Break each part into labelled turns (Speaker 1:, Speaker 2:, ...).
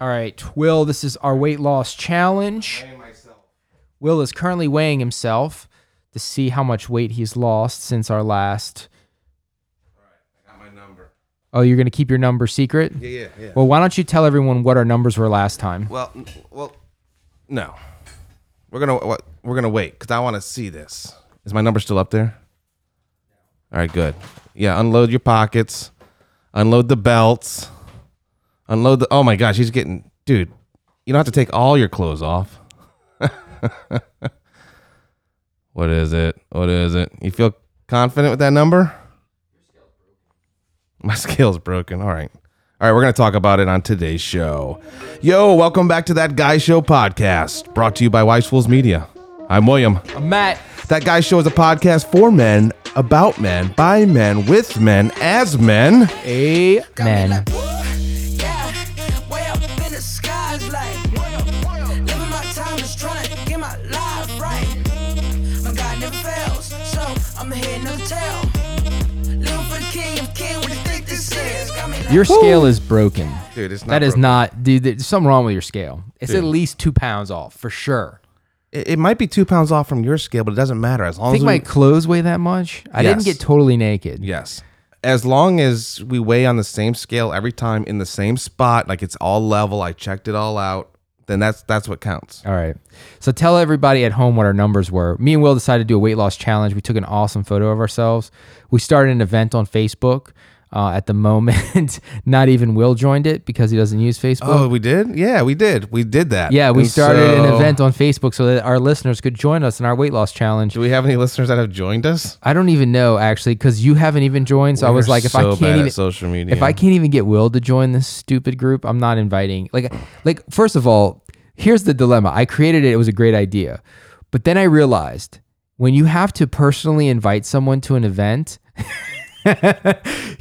Speaker 1: All right, Will, this is our weight loss challenge. Will is currently weighing himself to see how much weight he's lost since our last.
Speaker 2: Got my number.
Speaker 1: Oh, you're going to keep your number secret?
Speaker 2: Yeah, yeah, yeah.
Speaker 1: Well, why don't you tell everyone what our numbers were last time?
Speaker 2: Well, n- well, no. We're gonna what, we're gonna wait because I want to see this. Is my number still up there? All right, good. Yeah, unload your pockets, unload the belts, unload the. Oh my gosh, he's getting dude. You don't have to take all your clothes off. what is it? What is it? You feel confident with that number? My scale's broken. All right. All right, we're going to talk about it on today's show. Yo, welcome back to That Guy Show podcast, brought to you by Wise Fools Media. I'm William.
Speaker 1: Matt,
Speaker 2: That Guy Show is a podcast for men, about men, by men, with men, as men.
Speaker 1: amen.
Speaker 3: Yeah, way up in the skies, like living my time, just trying to get my life right. My God never fails, so I'm here no tell. Living for the King of King, what do you think this is? Got me like-
Speaker 1: Your scale is broken.
Speaker 2: Dude, it's not
Speaker 1: That is
Speaker 2: broken.
Speaker 1: not, dude, there's something wrong with your scale. It's at least two pounds off for sure.
Speaker 2: It, it might be two pounds off from your scale, but it doesn't matter as long
Speaker 1: I think
Speaker 2: as
Speaker 1: my
Speaker 2: we,
Speaker 1: clothes weigh that much. I didn't
Speaker 2: Yes.
Speaker 1: get totally naked.
Speaker 2: yes, as long as we weigh on the same scale every time in the same spot, like it's all level. I checked it all out. Then that's that's what counts.
Speaker 1: All right. So tell everybody at home what our numbers were. Me and Will decided to do a weight loss challenge. We took an awesome photo of ourselves. We started an event on Facebook. Uh, at the moment, not even Will joined it because he doesn't use Facebook.
Speaker 2: Oh, we did? Yeah, we did. We did that.
Speaker 1: yeah, we
Speaker 2: And
Speaker 1: started an
Speaker 2: so-
Speaker 1: event on Facebook so that our listeners could join us in our weight loss challenge.
Speaker 2: Do we have any listeners that have joined us?
Speaker 1: I don't even know actually because you haven't even joined. So I was
Speaker 2: We're
Speaker 1: like, if
Speaker 2: so
Speaker 1: I
Speaker 2: bad
Speaker 1: can't even
Speaker 2: at social media,
Speaker 1: if I can't even get Will to join this stupid group, I'm not inviting. Like, like first of all, here's the dilemma. I created it; it was a great idea, but then I realized when you have to personally invite someone to an event.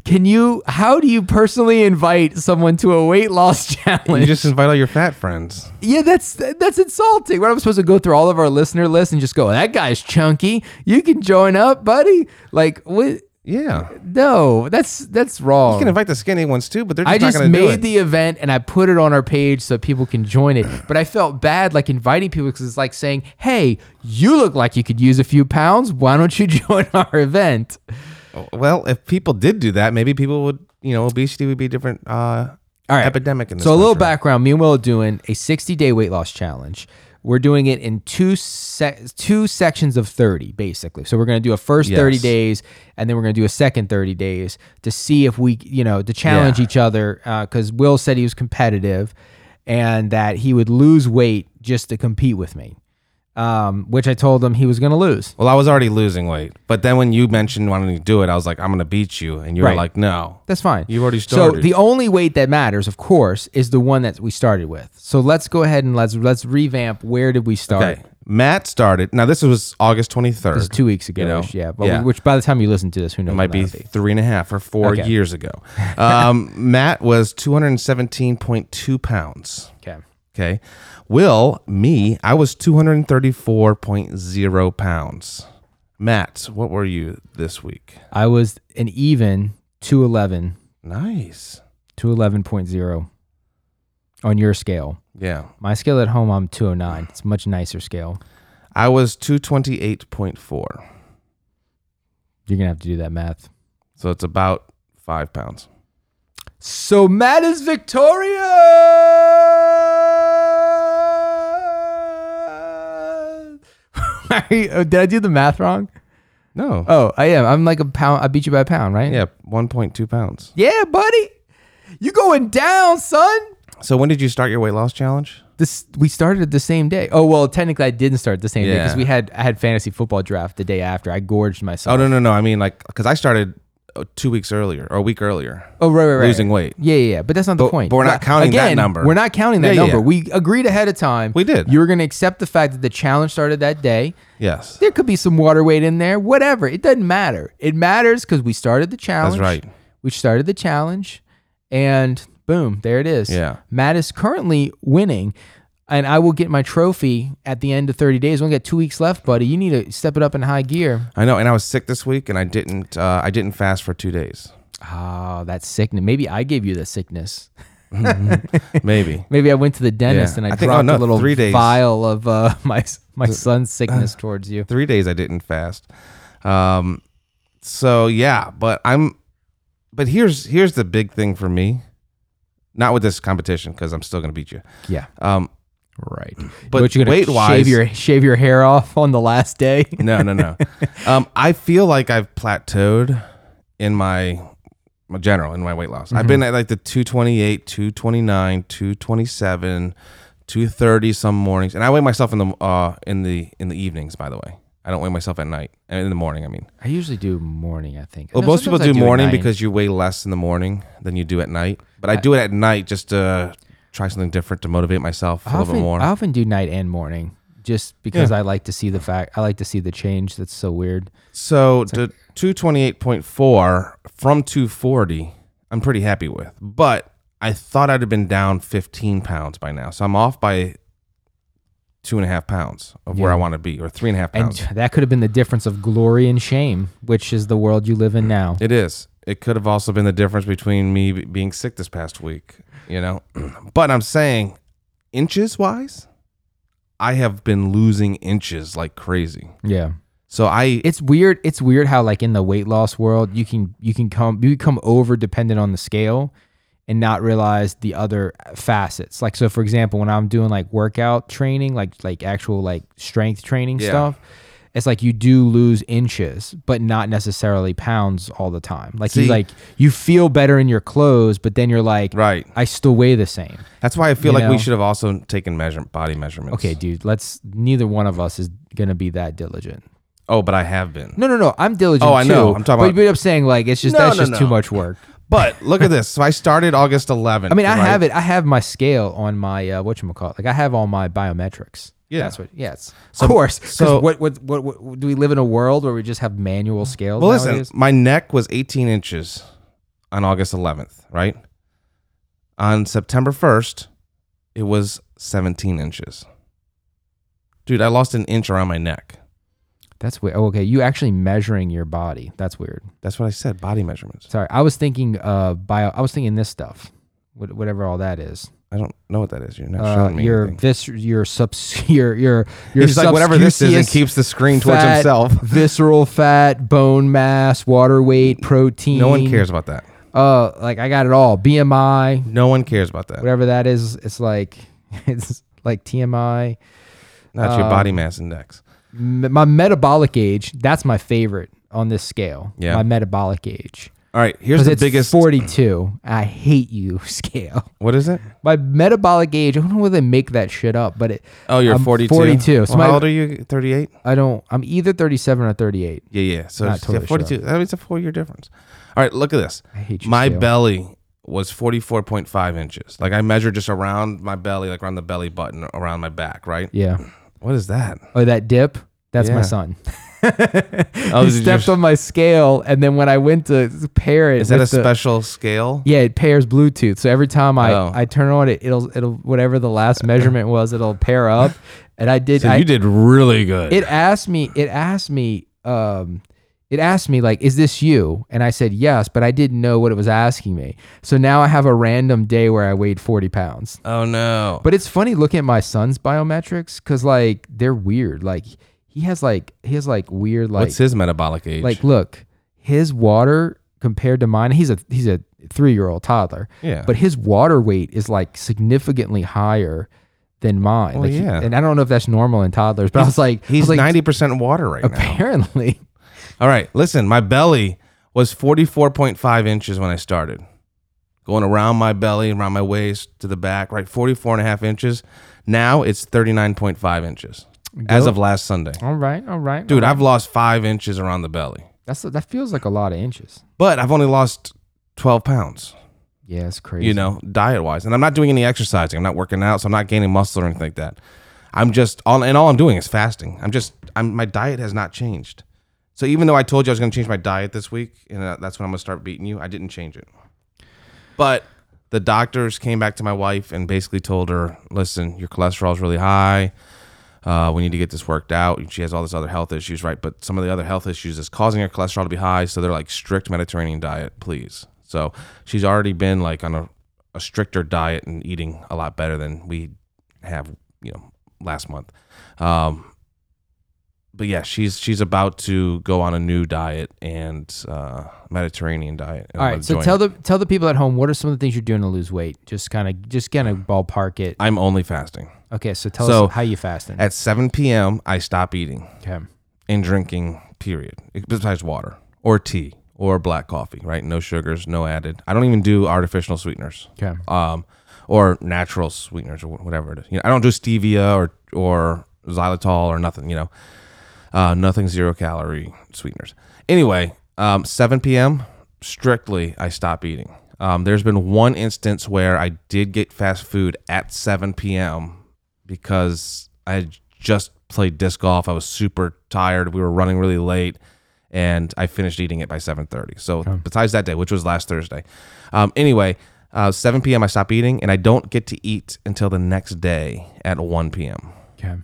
Speaker 1: Can you? How do you personally invite someone to a weight loss challenge?
Speaker 2: you just invite all your fat friends.
Speaker 1: Yeah, that's that's insulting. What I'm supposed to go through all of our listener list and just go, that guy's chunky. You can join up, buddy. Like, what?
Speaker 2: Yeah, you
Speaker 1: No, that's that's wrong.
Speaker 2: can invite the skinny ones too, but they're
Speaker 1: Oh.
Speaker 2: just
Speaker 1: I
Speaker 2: not
Speaker 1: just
Speaker 2: going to do
Speaker 1: made
Speaker 2: it.
Speaker 1: the event and I put it on our page so people can join it. But I felt bad like inviting people because it's like saying, "Hey, you look like you could use a few pounds. Why don't you join our event?"
Speaker 2: well, if people did do that, maybe people would. You know, obesity would be a different. Uh,
Speaker 1: All right.
Speaker 2: epidemic in this
Speaker 1: so a little
Speaker 2: country.
Speaker 1: background. Me and Will are doing a 60 day weight loss challenge. We're doing it in two se- two sections of 30, basically. So we're going to do a first 30
Speaker 2: Yes.
Speaker 1: days, and then we're going to do a second 30 days to see if we, you know, to challenge
Speaker 2: Yeah.
Speaker 1: each other. Because Will said he was competitive, and that he would lose weight just to compete with me, um, which I told him he was going to lose.
Speaker 2: Well, I was already losing weight, but then when you mentioned wanting to do it, I was like, I'm going to beat you, and you were
Speaker 1: Right.
Speaker 2: like, No.
Speaker 1: That's fine.
Speaker 2: You've already
Speaker 1: So
Speaker 2: started.
Speaker 1: the only weight that matters, of course, is the one that we started with. So let's go ahead and let's let's revamp. Where did we start?
Speaker 2: Okay. Matt started. Now this was August 23rd.
Speaker 1: It was two weeks ago.
Speaker 2: You know?
Speaker 1: yeah. But we- which by the time you listen to this, who knows?
Speaker 2: It might
Speaker 1: when
Speaker 2: be
Speaker 1: that'll
Speaker 2: three and a half or four
Speaker 1: Okay.
Speaker 2: years ago. Um, Matt was 217.2 pounds.
Speaker 1: Okay.
Speaker 2: Okay. Will, me, I was 234.0 pounds. Matt, what were you this week?
Speaker 1: I was an even 211,
Speaker 2: Nice.
Speaker 1: 211.0 on your scale.
Speaker 2: Yeah.
Speaker 1: My scale at home, I'm 209. It's a much nicer scale.
Speaker 2: I was 228.4.
Speaker 1: You're going to have to do that math.
Speaker 2: So it's about five pounds.
Speaker 1: So Matt is victorious. Are you- oh, Did I do the math wrong?
Speaker 2: No.
Speaker 1: Oh, I am. I'm like a pound. I beat you by a pound, right?
Speaker 2: yeah. 1.2 pounds.
Speaker 1: Yeah, buddy. You going down, son?
Speaker 2: So when did you start your weight loss challenge?
Speaker 1: This we started the same day. Oh well, technically I didn't start the same day because
Speaker 2: Yeah.
Speaker 1: we had I had fantasy football draft the day after. I gorged
Speaker 2: Oh,
Speaker 1: myself.
Speaker 2: no, no, no. I mean, like, because I started uh, two weeks earlier or a week earlier.
Speaker 1: Oh, right, right, right.
Speaker 2: Losing weight.
Speaker 1: Yeah, yeah, yeah. But that's not the
Speaker 2: But-
Speaker 1: point.
Speaker 2: but we're not
Speaker 1: Like,
Speaker 2: counting that
Speaker 1: again,
Speaker 2: number.
Speaker 1: We're not counting that
Speaker 2: Yeah, yeah,
Speaker 1: number.
Speaker 2: yeah.
Speaker 1: We agreed ahead of time.
Speaker 2: We did.
Speaker 1: You were going to accept the fact that the challenge started that day.
Speaker 2: Yes.
Speaker 1: There could be some water weight in there. Whatever. It doesn't matter. It matters because we started the challenge.
Speaker 2: right.
Speaker 1: We started the challenge, and boom, there it is.
Speaker 2: Yeah.
Speaker 1: Matt is currently winning. And I will get my trophy at the end of 30 days. We only got two weeks left, buddy. You need to step it up in high gear.
Speaker 2: I know. And I was sick this week and I didn't, uh, I didn't fast for two days.
Speaker 1: Oh, that sickness. Maybe I gave you the sickness.
Speaker 2: Maybe.
Speaker 1: Maybe I went to the dentist
Speaker 2: Yeah.
Speaker 1: and I,
Speaker 2: I think- oh,
Speaker 1: dropped
Speaker 2: no,
Speaker 1: a little
Speaker 2: three days. uh,
Speaker 1: vial of uh, my my son's sickness towards you.
Speaker 2: three days I didn't fast. Um, so yeah, but I'm, but here's here's the big thing for me, not with this competition because I'm still gonna beat you.
Speaker 1: Yeah,
Speaker 2: Um,
Speaker 1: right.
Speaker 2: But
Speaker 1: What, you're gonna
Speaker 2: weight-wise-
Speaker 1: shave your shave your hair off on the last day.
Speaker 2: no, no, no. um, I feel like I've plateaued in my my general in my weight loss. I've been at like the 228, 229, 227, 230 some mornings, and I weigh myself in the uh in the in the evenings. By the way, I don't weigh myself at night. In the morning, I mean.
Speaker 1: I usually do morning. I think.
Speaker 2: Well,
Speaker 1: No,
Speaker 2: most people
Speaker 1: sometimes
Speaker 2: do,
Speaker 1: I at
Speaker 2: morning
Speaker 1: night.
Speaker 2: because you weigh less in the morning than you do at night. But I, do it at night just to try something different to motivate myself a
Speaker 1: I
Speaker 2: little
Speaker 1: often,
Speaker 2: bit more.
Speaker 1: I often do night and morning just because I like to see the fact. I like to see the change. That's so weird.
Speaker 2: so to 228.4 from 240, I'm pretty happy with. But I thought I'd have been down 15 pounds by now. So I'm off by two and a half pounds of where
Speaker 1: Yeah.
Speaker 2: I want to be, or three and a half
Speaker 1: And
Speaker 2: pounds.
Speaker 1: that could have been the difference of glory and shame, which is the world you live in now.
Speaker 2: It is. It could have also been the difference between me b- being sick this past week, you know? but I'm saying, inches wise, I have been losing inches like crazy.
Speaker 1: Yeah.
Speaker 2: So I,
Speaker 1: It's weird. It's weird how like in the weight loss world, you can you can come you become over dependent on the scale and not realize the other facets. Like so for example, when I'm doing like workout training, like like actual like strength training
Speaker 2: Yeah.
Speaker 1: stuff, it's like you do lose inches, but not necessarily pounds all the time. Like you
Speaker 2: See-
Speaker 1: like you feel better in your clothes, but then you're like
Speaker 2: right.
Speaker 1: I still weigh the same.
Speaker 2: That's why I feel
Speaker 1: You
Speaker 2: like
Speaker 1: know.
Speaker 2: we should have also taken measure, body measurements.
Speaker 1: Okay, dude, let's neither one of us is going to be that diligent.
Speaker 2: Oh, but I have been.
Speaker 1: No, no, no. I'm diligent.
Speaker 2: Oh, I know.
Speaker 1: too,
Speaker 2: I'm talking
Speaker 1: but,
Speaker 2: about-
Speaker 1: But I'm saying like it's just
Speaker 2: No,
Speaker 1: that's
Speaker 2: no,
Speaker 1: just too
Speaker 2: no.
Speaker 1: much work.
Speaker 2: But look at this. So I started August 11th.
Speaker 1: I mean, I
Speaker 2: right?
Speaker 1: have it. I have my scale on my uh, what call Like I have all my biometrics.
Speaker 2: Yeah.
Speaker 1: that's what. Yeah, it's
Speaker 2: So-
Speaker 1: of course.
Speaker 2: so-
Speaker 1: So what, what? What? What? Do we live in a world where we just have manual scales?
Speaker 2: Well, listen,
Speaker 1: nowadays?
Speaker 2: my neck was 18 inches on August 11th, right? On September 1st, it was 17 inches. Dude, I lost an inch around my neck.
Speaker 1: That's weird. Oh, okay, you actually measuring your body. That's weird.
Speaker 2: That's what I said, body measurements.
Speaker 1: Sorry, I was thinking uh bio. I was thinking this stuff. What, whatever all that is,
Speaker 2: I don't know what that is. You're not
Speaker 1: uh,
Speaker 2: showing me.
Speaker 1: your
Speaker 2: anything.
Speaker 1: vis, your subs, your your your
Speaker 2: He's like, whatever this is, and
Speaker 1: subscuteus-
Speaker 2: keeps the screen towards
Speaker 1: fat,
Speaker 2: himself.
Speaker 1: visceral fat, bone mass, water weight, protein.
Speaker 2: No one cares about that.
Speaker 1: Uh, like I got it all. BMI,
Speaker 2: No one cares about that.
Speaker 1: whatever that is. It's like it's like TMI.
Speaker 2: Not
Speaker 1: Um,
Speaker 2: your body mass index.
Speaker 1: M- my metabolic age. That's my favorite on this scale.
Speaker 2: Yeah.
Speaker 1: My metabolic age.
Speaker 2: All right, here's
Speaker 1: Because
Speaker 2: the
Speaker 1: it's
Speaker 2: biggest.
Speaker 1: 42. I hate you scale.
Speaker 2: What is it?
Speaker 1: My metabolic age. I don't know where they make that shit up, but it.
Speaker 2: Oh, you're
Speaker 1: I'm
Speaker 2: 42.
Speaker 1: 42. So
Speaker 2: Well, how
Speaker 1: my-
Speaker 2: old are you? 38.
Speaker 1: I don't. I'm either 37 or 38.
Speaker 2: Yeah, yeah. So
Speaker 1: Not
Speaker 2: it's
Speaker 1: totally
Speaker 2: yeah, 42. That means a four year difference. All right, look at this.
Speaker 1: I hate you.
Speaker 2: My
Speaker 1: scale.
Speaker 2: belly was 44.5 inches. Like I measured just around my belly, like around the belly button, around my back, right?
Speaker 1: Yeah.
Speaker 2: What is that?
Speaker 1: Oh, that dip. That's
Speaker 2: Yeah.
Speaker 1: my son.
Speaker 2: Oh,
Speaker 1: he
Speaker 2: did you-
Speaker 1: stepped on my scale, and then when I went to pair it,
Speaker 2: Is that a
Speaker 1: with the-
Speaker 2: special scale?
Speaker 1: Yeah, it pairs Bluetooth. So every time I,
Speaker 2: Oh.
Speaker 1: I turn on it, it'll it'll whatever the last measurement was, it'll pair up. And I did.
Speaker 2: So
Speaker 1: I,
Speaker 2: you did really good.
Speaker 1: it asked me. It asked me. Um, it asked me like, "Is this you?" And I said yes, but I didn't know what it was asking me. So now I have a random day where I weighed forty pounds.
Speaker 2: oh no.
Speaker 1: But it's funny looking at my son's biometrics because like they're weird. Like he has like he has like weird like
Speaker 2: What's his metabolic age?
Speaker 1: like look his water compared to mine. He's a he's a three year old toddler.
Speaker 2: Yeah.
Speaker 1: But his water weight is like significantly higher than mine.
Speaker 2: Well,
Speaker 1: Like, he-
Speaker 2: yeah.
Speaker 1: and I don't know if that's normal in toddlers, but I was like I
Speaker 2: he's
Speaker 1: was like,
Speaker 2: 90% water right now.
Speaker 1: Apparently,
Speaker 2: All right, listen, my belly was 44.5 inches when I started. Going around my belly, around my waist, to the back, right? 44 and a half inches. Now it's 39.5 inches as
Speaker 1: Go.
Speaker 2: of last Sunday.
Speaker 1: all right, all right,
Speaker 2: Dude, I've lost five inches around the belly,
Speaker 1: That's that feels like a lot of inches.
Speaker 2: but I've only lost 12 pounds,
Speaker 1: Yeah, it's crazy.
Speaker 2: you know, diet wise. And I'm not doing any exercising. I'm not working out, so I'm not gaining muscle or anything like that. I'm just, all, and all I'm doing is fasting. I'm just, I'm, my diet has not changed. So even though I told you I was going to change my diet this week, and uh, that's when I'm going to start beating you, I didn't change it. But the doctors came back to my wife and basically told her, listen, your cholesterol's really high. Uh, we need to get this worked out. She has all this other health issues, right? But some of the other health issues is causing her cholesterol to be high. So they're like strict Mediterranean diet, please. So she's already been like on a a stricter diet and eating a lot better than we have, you know, last month. Um, but yeah, she's she's about to go on a new diet and uh, Mediterranean diet. and
Speaker 1: All
Speaker 2: I'm
Speaker 1: right. So
Speaker 2: enjoying
Speaker 1: tell
Speaker 2: it.
Speaker 1: the tell the people at home what are some of the things you're doing to lose weight. Just kind of just kind of ballpark it.
Speaker 2: I'm only fasting
Speaker 1: Okay. So tell
Speaker 2: So,
Speaker 1: us how you fasting.
Speaker 2: at 7 p.m. I stop eating.
Speaker 1: okay.
Speaker 2: and drinking period besides water or tea or black coffee right no sugars no added i don't even do artificial sweeteners
Speaker 1: Okay.
Speaker 2: um or natural sweeteners or wh- whatever it is you know, i don't do stevia or or xylitol or nothing you know uh, nothing zero calorie sweeteners anyway um 7 p.m strictly i stop eating um, there's been one instance where i did get fast food at 7 p.m because I had just played disc golf. I was super tired. We were running really late, and I finished eating it by seven thirty. So besides that day, which was last Thursday, um, anyway, uh, seven p.m. I stop eating, and I don't get to eat until the next day at one p.m.
Speaker 1: Okay.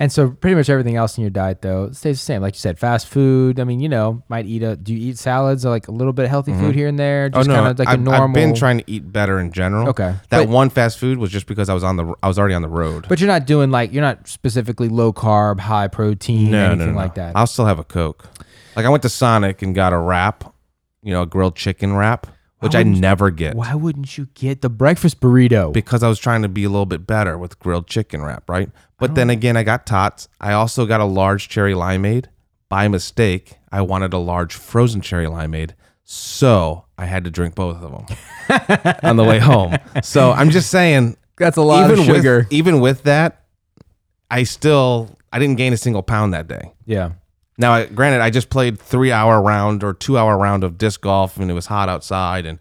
Speaker 1: And so pretty much everything else in your diet though stays the same. Like you said, fast food. I mean, you know, might eat a. Do you eat salads or like a little bit of healthy food here and there? Just kind of Oh, like
Speaker 2: I,
Speaker 1: a normal.
Speaker 2: Mm-hmm. Oh, I've been trying to eat better in general.
Speaker 1: Okay.
Speaker 2: that
Speaker 1: But-
Speaker 2: one fast food was just because I was on the I was already on the road.
Speaker 1: But you're not doing like you're not specifically low carb, high protein, anything like that.
Speaker 2: I'll still have a Coke. Like I went to Sonic and got a wrap, you know, a grilled chicken wrap, which I
Speaker 1: wouldn't you-
Speaker 2: never get.
Speaker 1: Why wouldn't you get the breakfast burrito?
Speaker 2: because I was trying to be a little bit better with grilled chicken wrap, right? But
Speaker 1: Oh.
Speaker 2: then again, I got tots. I also got a large cherry limeade by mistake. I wanted a large frozen cherry limeade, so I had to drink both of them on the way home. So I'm just saying,
Speaker 1: That's a lot of sugar.
Speaker 2: with even with that, I still I didn't gain a single pound that day.
Speaker 1: yeah.
Speaker 2: Now, I- granted, I just played three hour round or two hour round of disc golf, and it was hot outside, and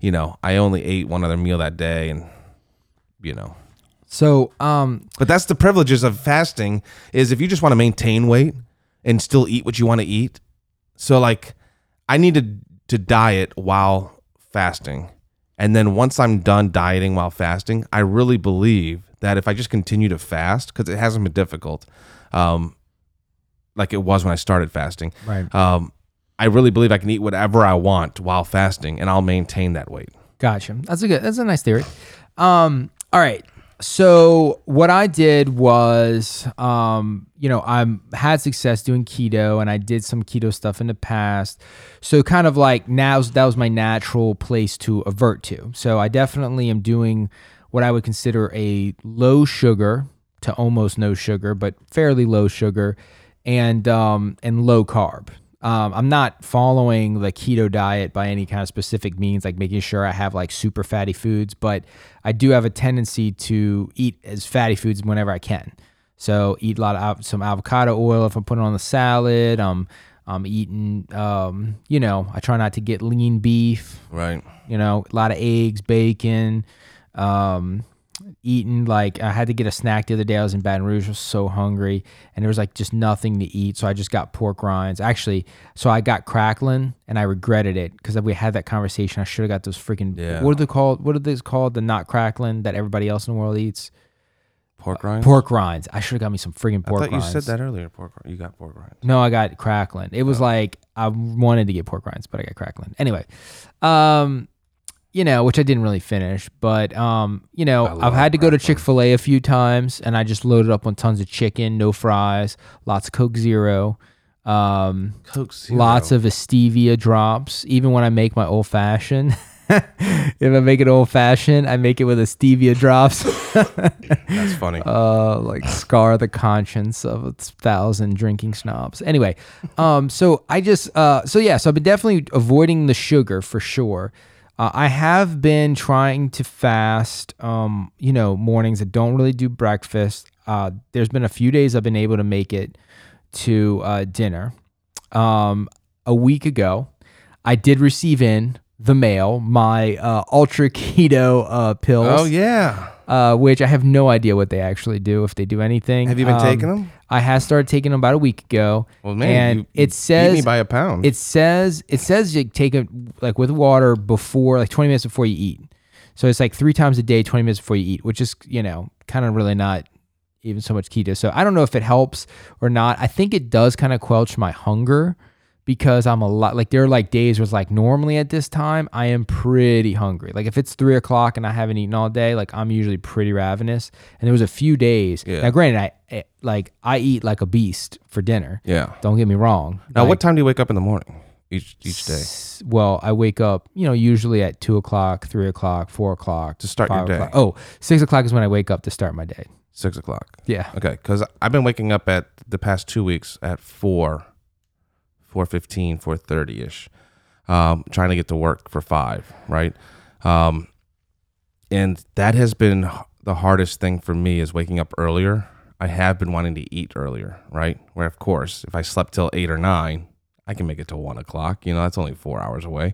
Speaker 2: you know, I only ate one other meal that day, and you know,
Speaker 1: So um
Speaker 2: but that's the privileges of fasting is if you just want to maintain weight and still eat what you want to eat. So like I need to to diet while fasting. And then once I'm done dieting while fasting, I really believe that if I just continue to fast cuz it hasn't been difficult um like it was when I started fasting.
Speaker 1: Right.
Speaker 2: Um I really believe I can eat whatever I want while fasting and I'll maintain that weight.
Speaker 1: Gotcha. That's a good. That's a nice theory. Um. All right. So what I did was, um, you know, I'm had success doing keto, and I did some keto stuff in the past. So kind of like now's that was my natural place to avert to. So I definitely am doing what I would consider a low sugar to almost no sugar, but fairly low sugar, and um, and low carb. Um, I'm not following the keto diet by any kind of specific means, like making sure I have like super fatty foods, but I do have a tendency to eat as fatty foods whenever I can. So eat a lot of av- some avocado oil if I'm putting on the salad. Um, I'm eating, um, you know, I try not to get lean beef
Speaker 2: Right.
Speaker 1: you know, a lot of eggs, bacon, um, eating like I had to get a snack the other day. I was in Baton Rouge, I was so hungry, and there was like just nothing to eat. So I just got pork rinds. Actually, so I got cracklin and I regretted it because we had that conversation. I should have got those freaking
Speaker 2: Yeah.
Speaker 1: what are they called? What are these called? The not cracklin that everybody else in the world eats?
Speaker 2: Uh, Pork rinds.
Speaker 1: Pork rinds. I should have got me some freaking
Speaker 2: I
Speaker 1: pork
Speaker 2: thought you
Speaker 1: rinds.
Speaker 2: said that earlier. Pork. rind- You got pork rinds.
Speaker 1: No, I got cracklin. It was like I wanted to get pork rinds, but I got cracklin. Anyway, um, you know, which I didn't really finish, but um, you know, I've had to go to Chick Fil A a few times, and I just loaded up on tons of chicken, no fries, lots of Coke Zero, um,
Speaker 2: Coke Zero.
Speaker 1: lots of stevia drops. Even when I make my old fashioned, if I make it old fashioned, I make it with a stevia drops.
Speaker 2: That's funny.
Speaker 1: uh, like scar the conscience of a thousand drinking snobs. Anyway, um, so I just uh, so yeah, so I've been definitely avoiding the sugar for sure. Uh, I have been trying to fast, um, you know, mornings. I don't really do breakfast. Uh, there's been a few days I've been able to make it to uh, dinner. Um, a week ago, I did receive in the mail my uh, ultra keto uh, pills
Speaker 2: oh yeah.
Speaker 1: uh, which I have no idea what they actually do, if they do anything.
Speaker 2: Have you been
Speaker 1: Um,
Speaker 2: taking them?
Speaker 1: I have started taking them about a week ago.
Speaker 2: Well, man,
Speaker 1: and
Speaker 2: you- you
Speaker 1: it
Speaker 2: beat me
Speaker 1: says
Speaker 2: by a pound.
Speaker 1: it says it says you take it like with water before like 20 minutes before you eat. So it's like three times a day, 20 minutes before you eat, which is you know kind of really not even so much keto. So I don't know if it helps or not. I think it does kind of quelch my hunger because I'm a lot like there are like days where it's like normally at this time I am pretty hungry. Like if it's three o'clock and I haven't eaten all day, like I'm usually pretty ravenous. And there was a few days.
Speaker 2: Yeah.
Speaker 1: Now, granted, I eh, like I eat like a beast for dinner.
Speaker 2: Yeah.
Speaker 1: Don't get me wrong.
Speaker 2: Now,
Speaker 1: Like,
Speaker 2: what time do you wake up in the morning each each day?
Speaker 1: s- Well, I wake up, you know, usually at two o'clock, three o'clock, four o'clock
Speaker 2: To start your
Speaker 1: five
Speaker 2: day.
Speaker 1: o'clock. Oh, six o'clock is when I wake up to start my day.
Speaker 2: Six o'clock.
Speaker 1: Yeah.
Speaker 2: Okay, because I've been waking up at the past two weeks at four, four fifteen, four thirty ish, um, trying to get to work for five, right? Um, and that has been h- the hardest thing for me is waking up earlier. I have been wanting to eat earlier, right? Where of course, if I slept till eight or nine, I can make it till one o'clock. You know, that's only four hours away.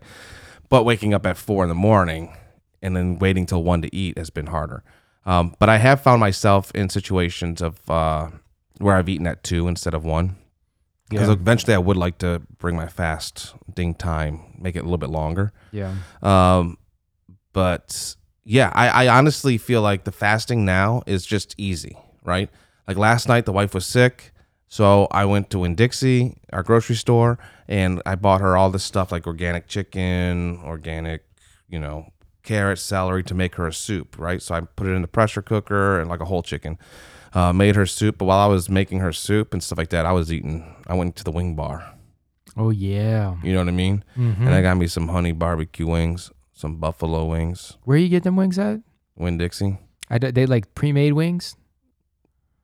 Speaker 2: But waking up at four in the morning and then waiting till one to eat has been harder. Um, but I have found myself in situations of uh, where I've eaten at two instead of one. Because
Speaker 1: Yeah.
Speaker 2: eventually I would like to bring my fasting time, make it a little bit longer.
Speaker 1: Yeah.
Speaker 2: Um, but yeah, I, I honestly feel like the fasting now is just easy, right? Like last night, the wife was sick. So I went to Winn Dixie, our grocery store, and I bought her all this stuff like organic chicken, organic, you know, carrot, celery to make her a soup, right? So I put it in the pressure cooker and like a whole chicken. Uh, made her soup, but while I was making her soup and stuff like that, I was eating. I went to the wing bar.
Speaker 1: Oh yeah. Mm-hmm.
Speaker 2: You know what I mean? And I got me some honey barbecue wings, some buffalo wings,
Speaker 1: Where you get them wings at?
Speaker 2: Win Dixie.
Speaker 1: I d- they like pre-made wings.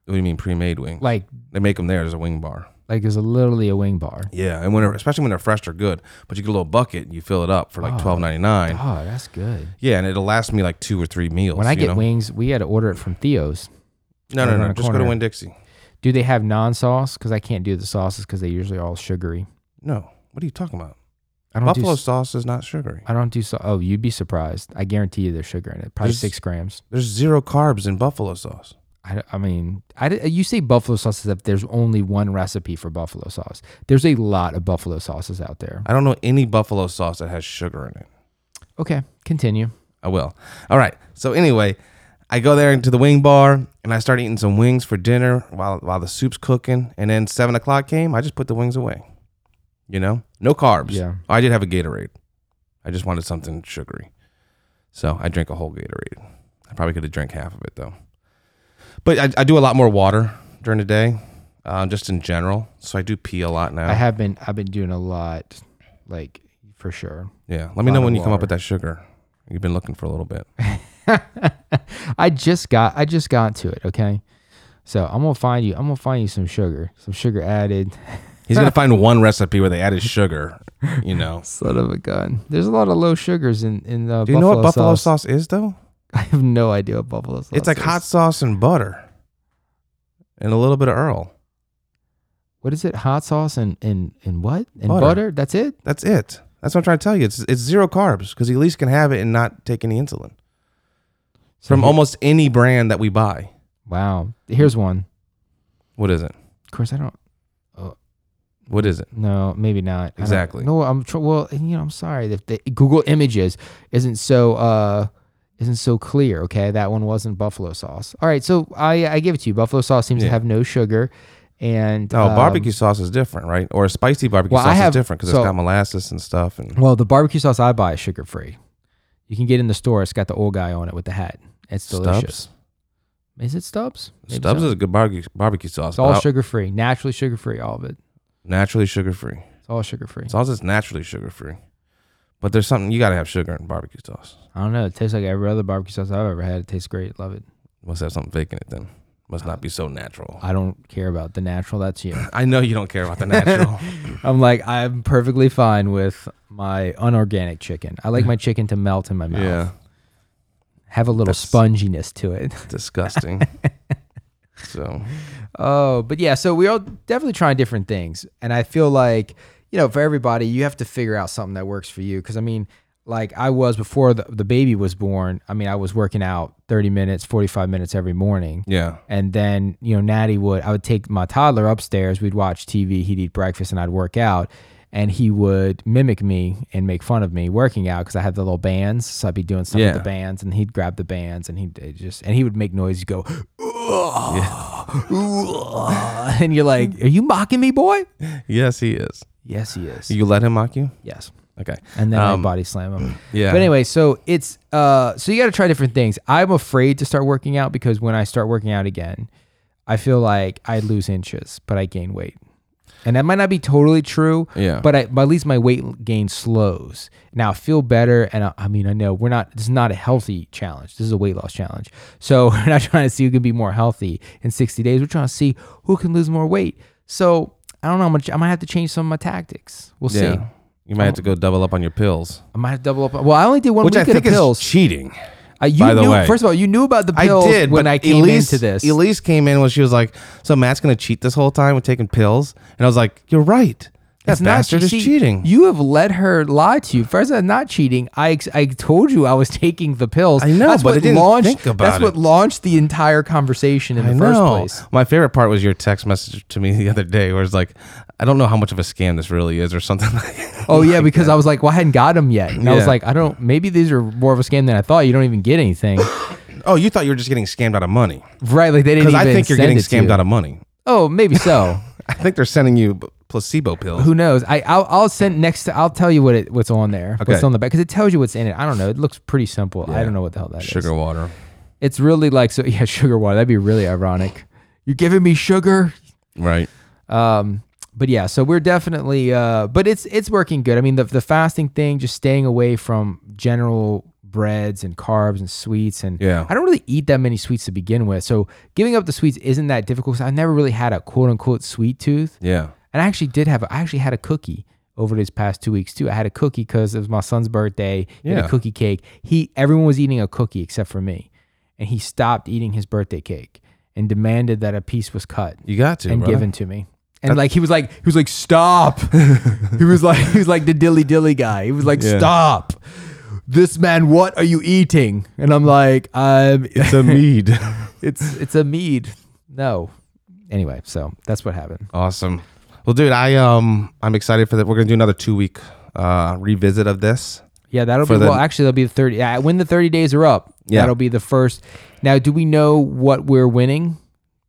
Speaker 2: What do you mean pre-made wings?
Speaker 1: Like
Speaker 2: they make them there as a wing bar.
Speaker 1: like there's a, literally a wing bar.
Speaker 2: Yeah, and when they're- especially when they're fresh, they're good. But you get a little bucket and you fill it up for like
Speaker 1: Oh,
Speaker 2: twelve ninety nine.
Speaker 1: Oh, that's good.
Speaker 2: Yeah, and it'll last me like two or three meals.
Speaker 1: When I
Speaker 2: you
Speaker 1: get
Speaker 2: know?
Speaker 1: wings, we had to order it from Theo's.
Speaker 2: no, no,
Speaker 1: around
Speaker 2: no,
Speaker 1: the
Speaker 2: just go to
Speaker 1: corner.
Speaker 2: Win Dixie.
Speaker 1: Do they have non-sauce? Because I can't do the sauces because they usually are all sugary.
Speaker 2: No, what are you talking about?
Speaker 1: I don't
Speaker 2: Buffalo
Speaker 1: do. s-
Speaker 2: sauce is not sugary.
Speaker 1: I don't do. So- oh, you'd be surprised. I guarantee you, there's sugar in it. Probably
Speaker 2: There's-
Speaker 1: six grams.
Speaker 2: There's zero carbs in buffalo sauce.
Speaker 1: I, I mean, I, di- you say buffalo sauce as if there's only one recipe for buffalo sauce. There's a lot of buffalo sauces out there.
Speaker 2: I don't know any buffalo sauce that has sugar in it.
Speaker 1: Okay, continue.
Speaker 2: I will. All right. So anyway, I go there into the wing bar and I start eating some wings for dinner while while the soup's cooking. And then seven o'clock came. I just put the wings away. You know, no carbs. Oh,
Speaker 1: Yeah.
Speaker 2: I did have a Gatorade. I just wanted something sugary, so I drank a whole Gatorade. I probably could have drank half of it though. But I, I do a lot more water during the day, uh, just in general. So I do pee a lot now.
Speaker 1: I have been. I've been doing a lot, like for sure.
Speaker 2: yeah. Let me know
Speaker 1: lot
Speaker 2: when
Speaker 1: of
Speaker 2: you come up
Speaker 1: water.
Speaker 2: with that sugar. You've been looking for a little bit.
Speaker 1: I just got I just got to it, okay? So I'm gonna find you I'm gonna find you some sugar. Some sugar added.
Speaker 2: He's gonna find one recipe where they added sugar. You know.
Speaker 1: Son of a gun. There's a lot of low sugars in, in the
Speaker 2: Do you know what buffalo sauce, is though?
Speaker 1: I have no idea what buffalo sauce
Speaker 2: It's like
Speaker 1: is.
Speaker 2: hot sauce and butter, and a little bit of Earl.
Speaker 1: What is it? Hot sauce and and, and what? And
Speaker 2: Butter.
Speaker 1: butter. That's it?
Speaker 2: That's it. That's what I'm trying to tell you. It's it's zero carbs because you at least can have it and not take any insulin
Speaker 1: So
Speaker 2: from
Speaker 1: he-
Speaker 2: almost any brand that we buy.
Speaker 1: Wow.
Speaker 2: Hmm.
Speaker 1: Here's one.
Speaker 2: What is it?
Speaker 1: Of course I don't
Speaker 2: What is it?
Speaker 1: No, maybe not. I don't-
Speaker 2: Exactly.
Speaker 1: No, I'm tr- well. You know, I'm sorry that the Google Images isn't so uh isn't so clear. Okay, that one wasn't buffalo sauce. All right, so I I give it to you. Buffalo sauce seems
Speaker 2: Yeah.
Speaker 1: to have no sugar, and
Speaker 2: Oh,
Speaker 1: um,
Speaker 2: barbecue sauce is different, right? Or spicy barbecue
Speaker 1: Well, I
Speaker 2: sauce
Speaker 1: have-
Speaker 2: is different because
Speaker 1: so-
Speaker 2: it's got molasses and stuff. And
Speaker 1: Well, the barbecue sauce I buy is sugar free. You can get in the store. It's got the old guy on it with the hat. It's delicious.
Speaker 2: Stubbs.
Speaker 1: Is it Stubbs? Maybe
Speaker 2: Stubbs
Speaker 1: so.
Speaker 2: is a good barbecue barbecue sauce.
Speaker 1: It's all
Speaker 2: but I-
Speaker 1: sugar free, naturally sugar free. All of it.
Speaker 2: naturally sugar free.
Speaker 1: It's all sugar free.
Speaker 2: Sauce is naturally sugar free, but there's something you gotta have sugar in barbecue sauce.
Speaker 1: I don't know. It tastes like every other barbecue sauce I've ever had. It tastes great. Love it.
Speaker 2: Must have something fake in it then. Must not be so natural.
Speaker 1: I don't care about the natural. That's you.
Speaker 2: I know you don't care about the natural.
Speaker 1: I'm like, I'm perfectly fine with my unorganic chicken. I like my chicken to melt in my mouth.
Speaker 2: yeah.
Speaker 1: Have a little
Speaker 2: That's-
Speaker 1: sponginess to it.
Speaker 2: Disgusting. so
Speaker 1: Oh, but yeah, so we're all definitely trying different things. And I feel like, you know, for everybody, you have to figure out something that works for you. Cause I mean, like I was before the, the baby was born, I mean, I was working out 30 minutes, 45 minutes every morning.
Speaker 2: yeah.
Speaker 1: And then, you know, Natty would, I would take my toddler upstairs, we'd watch TV, he'd eat breakfast, and I'd work out. And he would mimic me and make fun of me working out because I had the little bands. So I'd be doing something
Speaker 2: Yeah.
Speaker 1: with the bands, and he'd grab the bands, and he'd just, and he would make noise, go, "Ugh, ugh," and you're like, Are you mocking me, boy?
Speaker 2: Yes, he is.
Speaker 1: Yes, he is.
Speaker 2: You let him mock you?
Speaker 1: yes.
Speaker 2: Okay.
Speaker 1: And then
Speaker 2: Um,
Speaker 1: I body slam him.
Speaker 2: yeah.
Speaker 1: But anyway, so it's uh so you got to try different things. I'm afraid to start working out because when I start working out again, I feel like I lose inches, but I gain weight. And that might not be totally true,
Speaker 2: Yeah.
Speaker 1: but I, but at least my weight gain slows. Now I feel better, and I, I mean I know we're not. This is not a healthy challenge. This is a weight loss challenge. So we're not trying to see who can be more healthy in 60 days. We're trying to see who can lose more weight. So I don't know. I'm gonna, I might have to change some of my tactics. We'll
Speaker 2: Yeah.
Speaker 1: see.
Speaker 2: You might have to go double up on your pills,
Speaker 1: I might have to double up. Well, I only did one
Speaker 2: which I
Speaker 1: week of
Speaker 2: think
Speaker 1: the pills.
Speaker 2: is cheating.
Speaker 1: I, you
Speaker 2: by the
Speaker 1: knew,
Speaker 2: way.
Speaker 1: First of all, you knew about the
Speaker 2: I
Speaker 1: pills
Speaker 2: did
Speaker 1: when
Speaker 2: but
Speaker 1: I came
Speaker 2: Elise,
Speaker 1: into this.
Speaker 2: Elise came in when she was like, "So Matt's gonna cheat this whole time with taking pills," and I was like, "You're right. That
Speaker 1: It's not-
Speaker 2: bastard is
Speaker 1: see,
Speaker 2: cheating."
Speaker 1: You have let her lie to you. First, I'm not cheating. I ex- I told you I was taking the pills.
Speaker 2: I know,
Speaker 1: that's
Speaker 2: but I
Speaker 1: what
Speaker 2: didn't
Speaker 1: launched.
Speaker 2: think about
Speaker 1: that's
Speaker 2: it.
Speaker 1: what launched the entire conversation in the
Speaker 2: I
Speaker 1: first
Speaker 2: know.
Speaker 1: place.
Speaker 2: My favorite part was your text message to me the other day, where it's like, "I don't know how much of a scam this really is," or something. like
Speaker 1: Oh yeah, because I was like, well, I hadn't got them yet, and I was
Speaker 2: Yeah.
Speaker 1: like, I don't. Maybe these are more of a scam than I thought. You don't even get anything,
Speaker 2: Oh, you thought you were just getting scammed out of money?
Speaker 1: right? Like they didn't.
Speaker 2: Because
Speaker 1: Even
Speaker 2: I think you're
Speaker 1: send
Speaker 2: getting
Speaker 1: it to
Speaker 2: scammed
Speaker 1: you.
Speaker 2: out of money.
Speaker 1: Oh, maybe so.
Speaker 2: I think they're sending you b- placebo pills.
Speaker 1: Who knows? I I'll, I'll send next. I'll tell you what it what's on there.
Speaker 2: Okay.
Speaker 1: What's on the back? Because it tells you what's in it. I don't know. It looks pretty simple. I don't know what the hell that is.
Speaker 2: Sugar water.
Speaker 1: It's really like so. Yeah, sugar water. That'd be really ironic. You're giving me sugar.
Speaker 2: Right.
Speaker 1: Um, but yeah, so we're definitely. Uh, but it's it's working good. I mean, the the fasting thing, just staying away from general breads and carbs and sweets and
Speaker 2: Yeah.
Speaker 1: I don't really eat that many sweets to begin with. So giving up the sweets isn't that difficult. 'cause I never really had a quote unquote sweet tooth.
Speaker 2: Yeah.
Speaker 1: And I actually did have, a, I actually had a cookie over these past two weeks too. I had a cookie because it was my son's birthday. He had
Speaker 2: Yeah.
Speaker 1: a cookie cake. He, everyone was eating a cookie except for me. And he stopped eating his birthday cake and demanded that a piece was cut
Speaker 2: You got to.
Speaker 1: and
Speaker 2: brother.
Speaker 1: given to me. And like, he was like, he was like, stop. he was like, he was like the dilly dilly guy. He was like,
Speaker 2: Yeah.
Speaker 1: stop. This man, what are you eating? And I'm like, I'm,
Speaker 2: It's a mead.
Speaker 1: it's, it's a mead. No. Anyway, so that's what happened.
Speaker 2: Awesome. Well, dude, I um, I'm excited for that. We're gonna do another two week uh revisit of this.
Speaker 1: Yeah, that'll
Speaker 2: for
Speaker 1: be
Speaker 2: the-
Speaker 1: well. Actually, that'll be the thirty. Yeah, when the thirty days are up,
Speaker 2: Yeah.
Speaker 1: that'll be the first. Now, do we know what we're winning?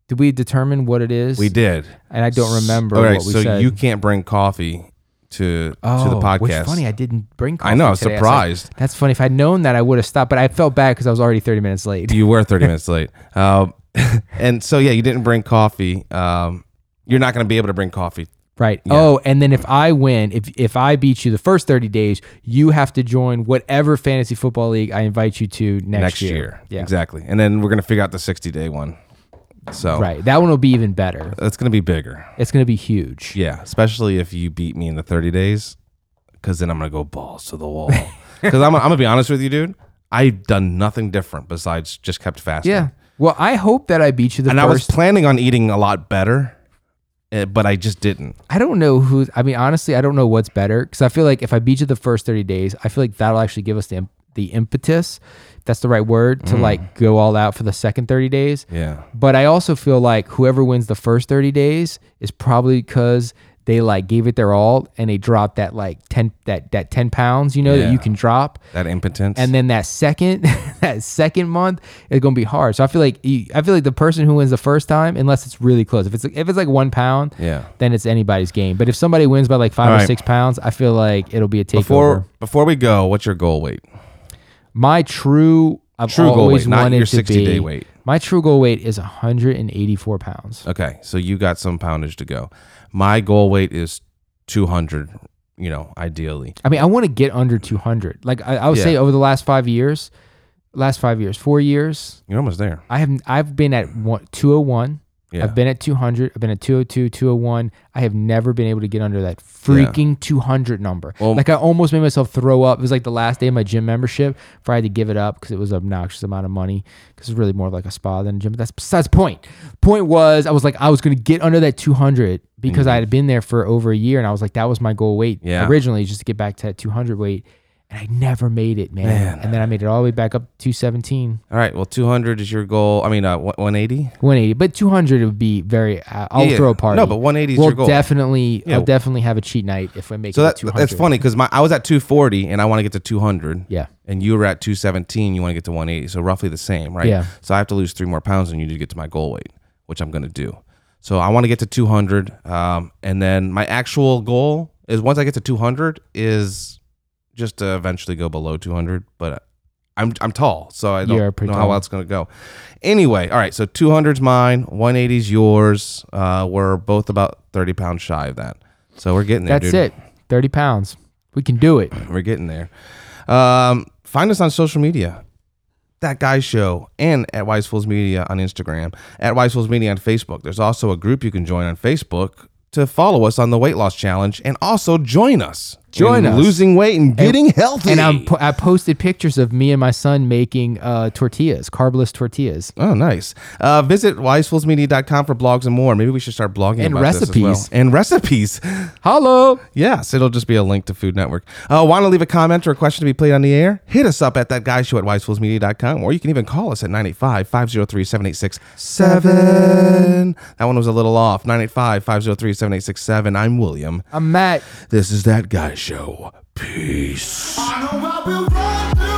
Speaker 1: Did we determine what it is?
Speaker 2: We did.
Speaker 1: and I don't remember
Speaker 2: All right,
Speaker 1: what we
Speaker 2: so
Speaker 1: said.
Speaker 2: you can't bring coffee to
Speaker 1: oh,
Speaker 2: to the podcast.
Speaker 1: Which funny, I didn't bring. Coffee
Speaker 2: I know, I was
Speaker 1: today. was
Speaker 2: surprised.
Speaker 1: like, That's funny. If I'd known that, I would have stopped. But I felt bad because I was already thirty minutes late.
Speaker 2: you were 30 minutes late. Um, and so yeah, you didn't bring coffee. Um, you're not gonna be able to bring coffee.
Speaker 1: Right. Oh, and then if I win, if if I beat you the first thirty days, you have to join whatever fantasy football league I invite you to next,
Speaker 2: next year.
Speaker 1: Yeah.
Speaker 2: Exactly. And then we're gonna figure out the sixty day one. So
Speaker 1: Right. That one will be even better.
Speaker 2: that's gonna be bigger.
Speaker 1: It's going to be huge.
Speaker 2: Yeah, especially if you beat me in the thirty days, because then I'm gonna go balls to the wall. Because I'm, I'm gonna be honest with you, dude. I've done nothing different besides just kept fasting.
Speaker 1: Yeah. Well, I hope that I beat you the
Speaker 2: and I was
Speaker 1: first. I,
Speaker 2: planning on eating a lot better, eh, but I just didn't.
Speaker 1: don't know who. I mean, honestly, I don't know what's better because I feel like if I beat you the first thirty days, I feel like that'll actually give us the imp- the impetus, if that's the right word, to like go all out for the second thirty days.
Speaker 2: Mm. Yeah.
Speaker 1: But I also feel like whoever wins the first thirty days is probably because they like gave it their all and they dropped that like ten that that ten pounds you know that
Speaker 2: Yeah.
Speaker 1: you can drop.
Speaker 2: That impotence.
Speaker 1: and then that second that second month is gonna be hard. So I feel like you- I feel like the person who wins the first time, unless it's really close, if it's if it's like one pound,
Speaker 2: Yeah.
Speaker 1: then it's anybody's game. But if somebody wins by like five
Speaker 2: All
Speaker 1: or
Speaker 2: right.
Speaker 1: six pounds, I feel like it'll be a takeover.
Speaker 2: before before we go, what's your goal weight?
Speaker 1: My true I've
Speaker 2: True goal
Speaker 1: always
Speaker 2: weight, not
Speaker 1: wanted
Speaker 2: your
Speaker 1: to
Speaker 2: 60 day
Speaker 1: be-
Speaker 2: weight. Uh,
Speaker 1: My true goal weight is 184 pounds.
Speaker 2: Okay, so you got some poundage to go. My goal weight is two hundred. You know, ideally.
Speaker 1: I mean, I want to get under 200. Like I, I would
Speaker 2: Yeah.
Speaker 1: say over the last five years, last five years, four years,
Speaker 2: You're almost there.
Speaker 1: I have I've been at one, 201.
Speaker 2: Yeah.
Speaker 1: I've been at 200. I've been at 202, 201. I have never been able to get under that freaking 200 number.
Speaker 2: Well-
Speaker 1: like I almost made myself throw up. It was like the last day of my gym membership. If I had to give it up because it was an obnoxious amount of money, because it's really more like a spa than a gym. But that's besides the point. Point was, I was like, I was going to get under that 200 because I had been there for over a year, and I was like, that was my goal weight
Speaker 2: Mm. Yeah.
Speaker 1: originally, just to get back to that 200 weight. And I never made it, man.
Speaker 2: Man.
Speaker 1: And then I made it all the way back up to 217,
Speaker 2: All right. Well, two hundred is your goal. I mean, uh, one eighty.
Speaker 1: 180. But 200 would be very. Uh, I'll
Speaker 2: Yeah, yeah.
Speaker 1: throw a party.
Speaker 2: No, but 180 is
Speaker 1: we'll
Speaker 2: your goal.
Speaker 1: definitely.
Speaker 2: Yeah.
Speaker 1: I'll definitely have a cheat night if I make
Speaker 2: So
Speaker 1: it
Speaker 2: that,
Speaker 1: 200.
Speaker 2: that's funny because my I was at two forty and I want to get to two hundred.
Speaker 1: Yeah.
Speaker 2: And you were at two seventeen. You want to get to one eighty. So roughly the same, right?
Speaker 1: Yeah.
Speaker 2: So I have to lose three more pounds than you to get to my goal weight, which I'm gonna do. So I want to get to two hundred. Um, and then my actual goal is once I get to 200 is just to eventually go below 200, but I'm I'm tall, so I
Speaker 1: You're
Speaker 2: don't
Speaker 1: pretty
Speaker 2: know how
Speaker 1: tall.
Speaker 2: else it's gonna go. Anyway, all right, so 200's mine, 180's yours. Uh, we're both about 30 pounds shy of that, so we're getting there.
Speaker 1: That's
Speaker 2: dude.
Speaker 1: it. 30 pounds. We can do it.
Speaker 2: We're getting there. Um, find us on social media. That Guy Show and at Wise Fools Media on Instagram, at Wise Fools Media on Facebook. There's also a group you can join on Facebook to follow us on the weight loss challenge and also join us.
Speaker 1: Join
Speaker 2: in
Speaker 1: us.
Speaker 2: Losing weight and getting healthy.
Speaker 1: And I'm, po- I posted pictures of me and my son making uh, tortillas, carbless tortillas.
Speaker 2: Oh, nice. Uh, visit wisefoolsmedia.com for blogs and more. Maybe we should start blogging
Speaker 1: And
Speaker 2: about this as well.
Speaker 1: recipes.
Speaker 2: And recipes.
Speaker 1: Hello.
Speaker 2: Yes, it'll just be a link to Food Network. Uh, Want to leave a comment or a question to be played on the air? Hit us up at that guy show at wisefoolsmedia.com or you can even call us at 985 503 7867. That one was a little off. 985 503 7867. I'm William.
Speaker 1: I'm Matt.
Speaker 2: This is That Guy Show. Peace.
Speaker 4: I know I will run through Oh,